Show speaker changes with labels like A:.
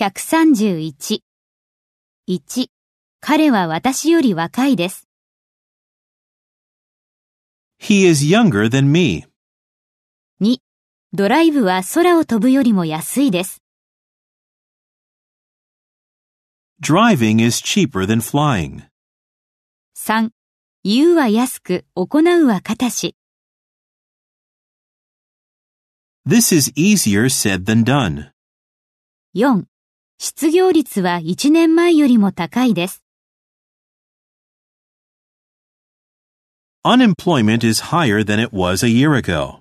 A: 131。1、彼は私より若いです。
B: He is younger than me.
A: 2、ドライブは空を飛ぶよりも安いです。
B: Driving is cheaper than flying.
A: 3、言うは安く、行うは堅し。
B: This is easier said than done.
A: 4、失業率は1年前よりも高いです。
B: Unemployment is higher than it was a year ago.